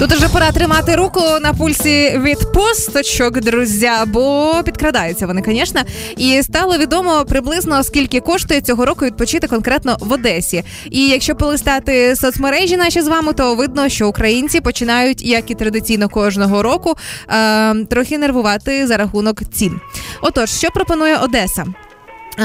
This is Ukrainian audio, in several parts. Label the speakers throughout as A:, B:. A: Тут уже пора тримати руку на пульсі від посточок, друзі, бо підкрадаються вони, звісно. І стало відомо приблизно скільки коштує цього року відпочити конкретно в Одесі. І якщо полистати соцмережі наші з вами, то видно, що українці починають, як і традиційно кожного року, е, трохи нервувати за рахунок цін. Отож, що пропонує Одеса?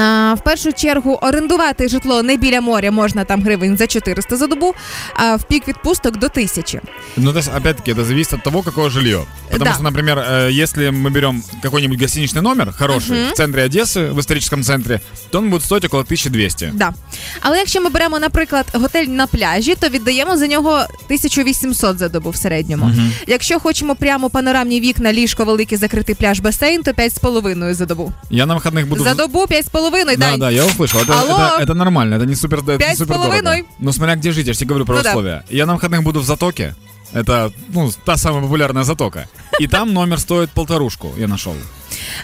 A: А, В першу чергу орендувати житло не біля моря можна там гривень за 400 за добу, а в пік відпусток до тисячі.
B: Ну, то есть, опять-таки, это зависит от того, какое жилье. Потому
A: Да.
B: что, например, э, если мы берем какой-нибудь гостиничный номер, хороший, в центре Одессы, в историческом центре, то он будет стоить около 1200.
A: Да. Але якщо ми беремо, наприклад, готель на пляжі, то віддаємо за нього 1800 за добу в середньому. Якщо хочемо прямо панорамні вікна, ліжко, великий закритий пляж, басейн, то 5,5 за добу.
B: Я на выходных буду...
A: За добу 5,5,
B: Да,
A: Дань.
B: да, я услышал. Это,
A: Алло.
B: это- это нормально, это не супер, это не
A: Пять с
B: супер дорого.
A: половиной.
B: Ну, смотря где жить, я же тебе говорю про
A: Ну да.
B: условия. Я на выходных буду в Затоке. Это, ну, та самая популярная Затока. И там номер стоит полторушку, я нашел.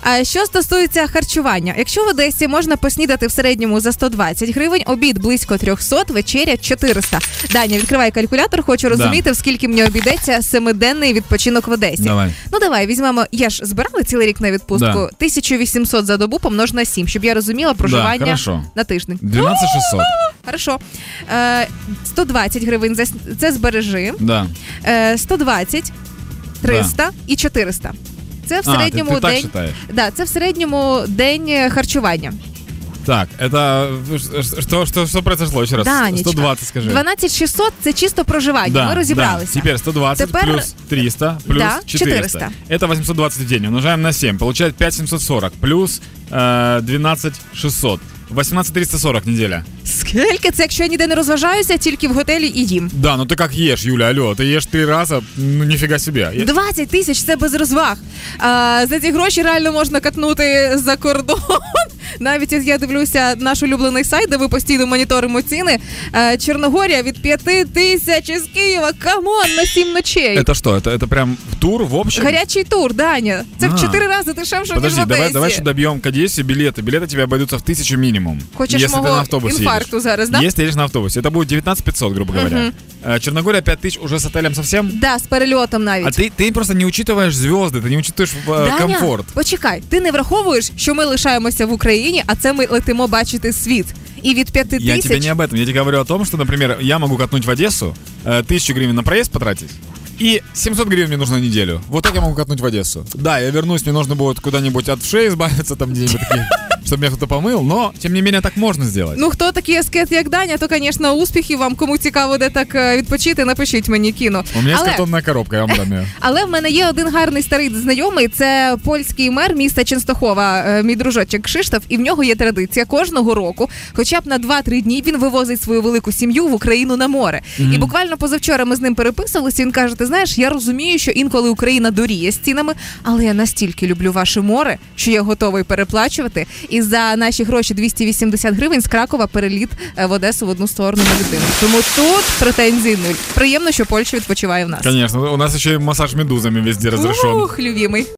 A: А що стосується харчування, якщо в Одесі можна поснідати в середньому за 120 гривень, обід близько 300, вечеря 400. Даня, відкривай калькулятор, хочу розуміти, в скільки мені обійдеться семиденний відпочинок в Одесі.
B: Давай.
A: Ну давай візьмемо. Я ж збирала цілий рік на відпустку.
B: Да.
A: 1800 за добу помнож на 7, щоб я розуміла
B: Да,
A: проживання
B: хорошо.
A: на тиждень.
B: 12600.
A: Хорошо. Е, 120 гривень за с- це збережи.
B: Да.
A: Е, 120, 300 і 400. Це в
B: А, ты-
A: середньому
B: ты так
A: день.
B: считаешь?
A: Да, це в середньому день е, харчування.
B: Так, это э, ш- что, что, что произошло еще раз?
A: Данечка,
B: 120, скажи.
A: 12600 – це чисто проживання. Ми розібралися.
B: Теперь 120
A: Теперь-
B: плюс 300 плюс
A: Да,
B: 400.
A: 400.
B: Это 820 в день. Умножаем на 7. Получает 5740 плюс э, 12600. 18340 неделя.
A: Скільки це, якщо я ніде не розважаюся, тільки в готелі і їм.
B: Да, ну ты как ешь, Юля, алло. Ты ешь три раза, ну нифига себе. Я-
A: 20 тисяч це без розваг. А, за ці гроші реально можна катнути за кордон. Навіть я дивлюся наш улюблений сайт, де ми постійно моніторимо ціни. Е, Чорногорія від 5 тисяч із Києва. Камон на 7 ночей.
B: Это что? Это, это прям в тур в общем?
A: Гарячий тур, Даня. Це
B: А.
A: в 4 рази дешевше, ніж в
B: Подожди,
A: Одесі.
B: давай, давай еще добьем к Одессе билеты. Билеты тебе обойдутся в тысячу минимум.
A: Хочешь
B: если ты
A: моего
B: на автобусе
A: инфаркту
B: едешь.
A: зараз, да?
B: Если едешь на автобусе. Это будет 19 500, грубо говоря. Э, Черногория 5 тысяч уже с отелем совсем?
A: Да, з перельотом навіть.
B: А ты, ты просто не учитываешь звезды, ты не учитываешь э,
A: Даня,
B: комфорт.
A: Почекай, ти не враховуєш, що ми лишаємося в Україні, а це ми летимо бачити світ. І від п'яти
B: Я тебе
A: тисяч
B: не об этом. Я тебе говорю о том, что, например, я могу катнуть в Одессу, э, тысячу гривен на проезд потратить, и 700 гривен мне нужно на неделю. Вот так я могу катнуть в Одессу. Да, я вернусь, мне нужно будет куда-нибудь от вшей избавиться там где-нибудь, такие, чтобы меня кто-то помыл, но, тем не менее, так можно сделать.
A: Ну, хто такий аскет, як Даня, то, звісно, успіхів вам. Кому цікаво, де так е, відпочити, напишіть мені кіно.
B: У меня есть
A: але,
B: картонная коробка, я вам дам ее.
A: але в мене є один гарний старий знайомий. Це польський мер міста Ченстохова, е, мій дружочок Кшиштоф. І в нього є традиція кожного року, хоча б на 2-3 дні, він вивозить свою велику сім'ю в Україну на море. І буквально позавчора ми з ним переписувалися. Він каже: Ти знаєш, я розумію, що інколи Україна доріє з цінами, але я настільки люблю ваше море, що я готовий переплачувати. І за наші гроші 280 гривень з Кракова переліт е, в Одесу в одну сторону на людину. Тому тут претензій нуль. Приємно, що Польща відпочиває в нас.
B: Конечно, у нас еще и массаж медузами везде разрешен.
A: Ух, любимий.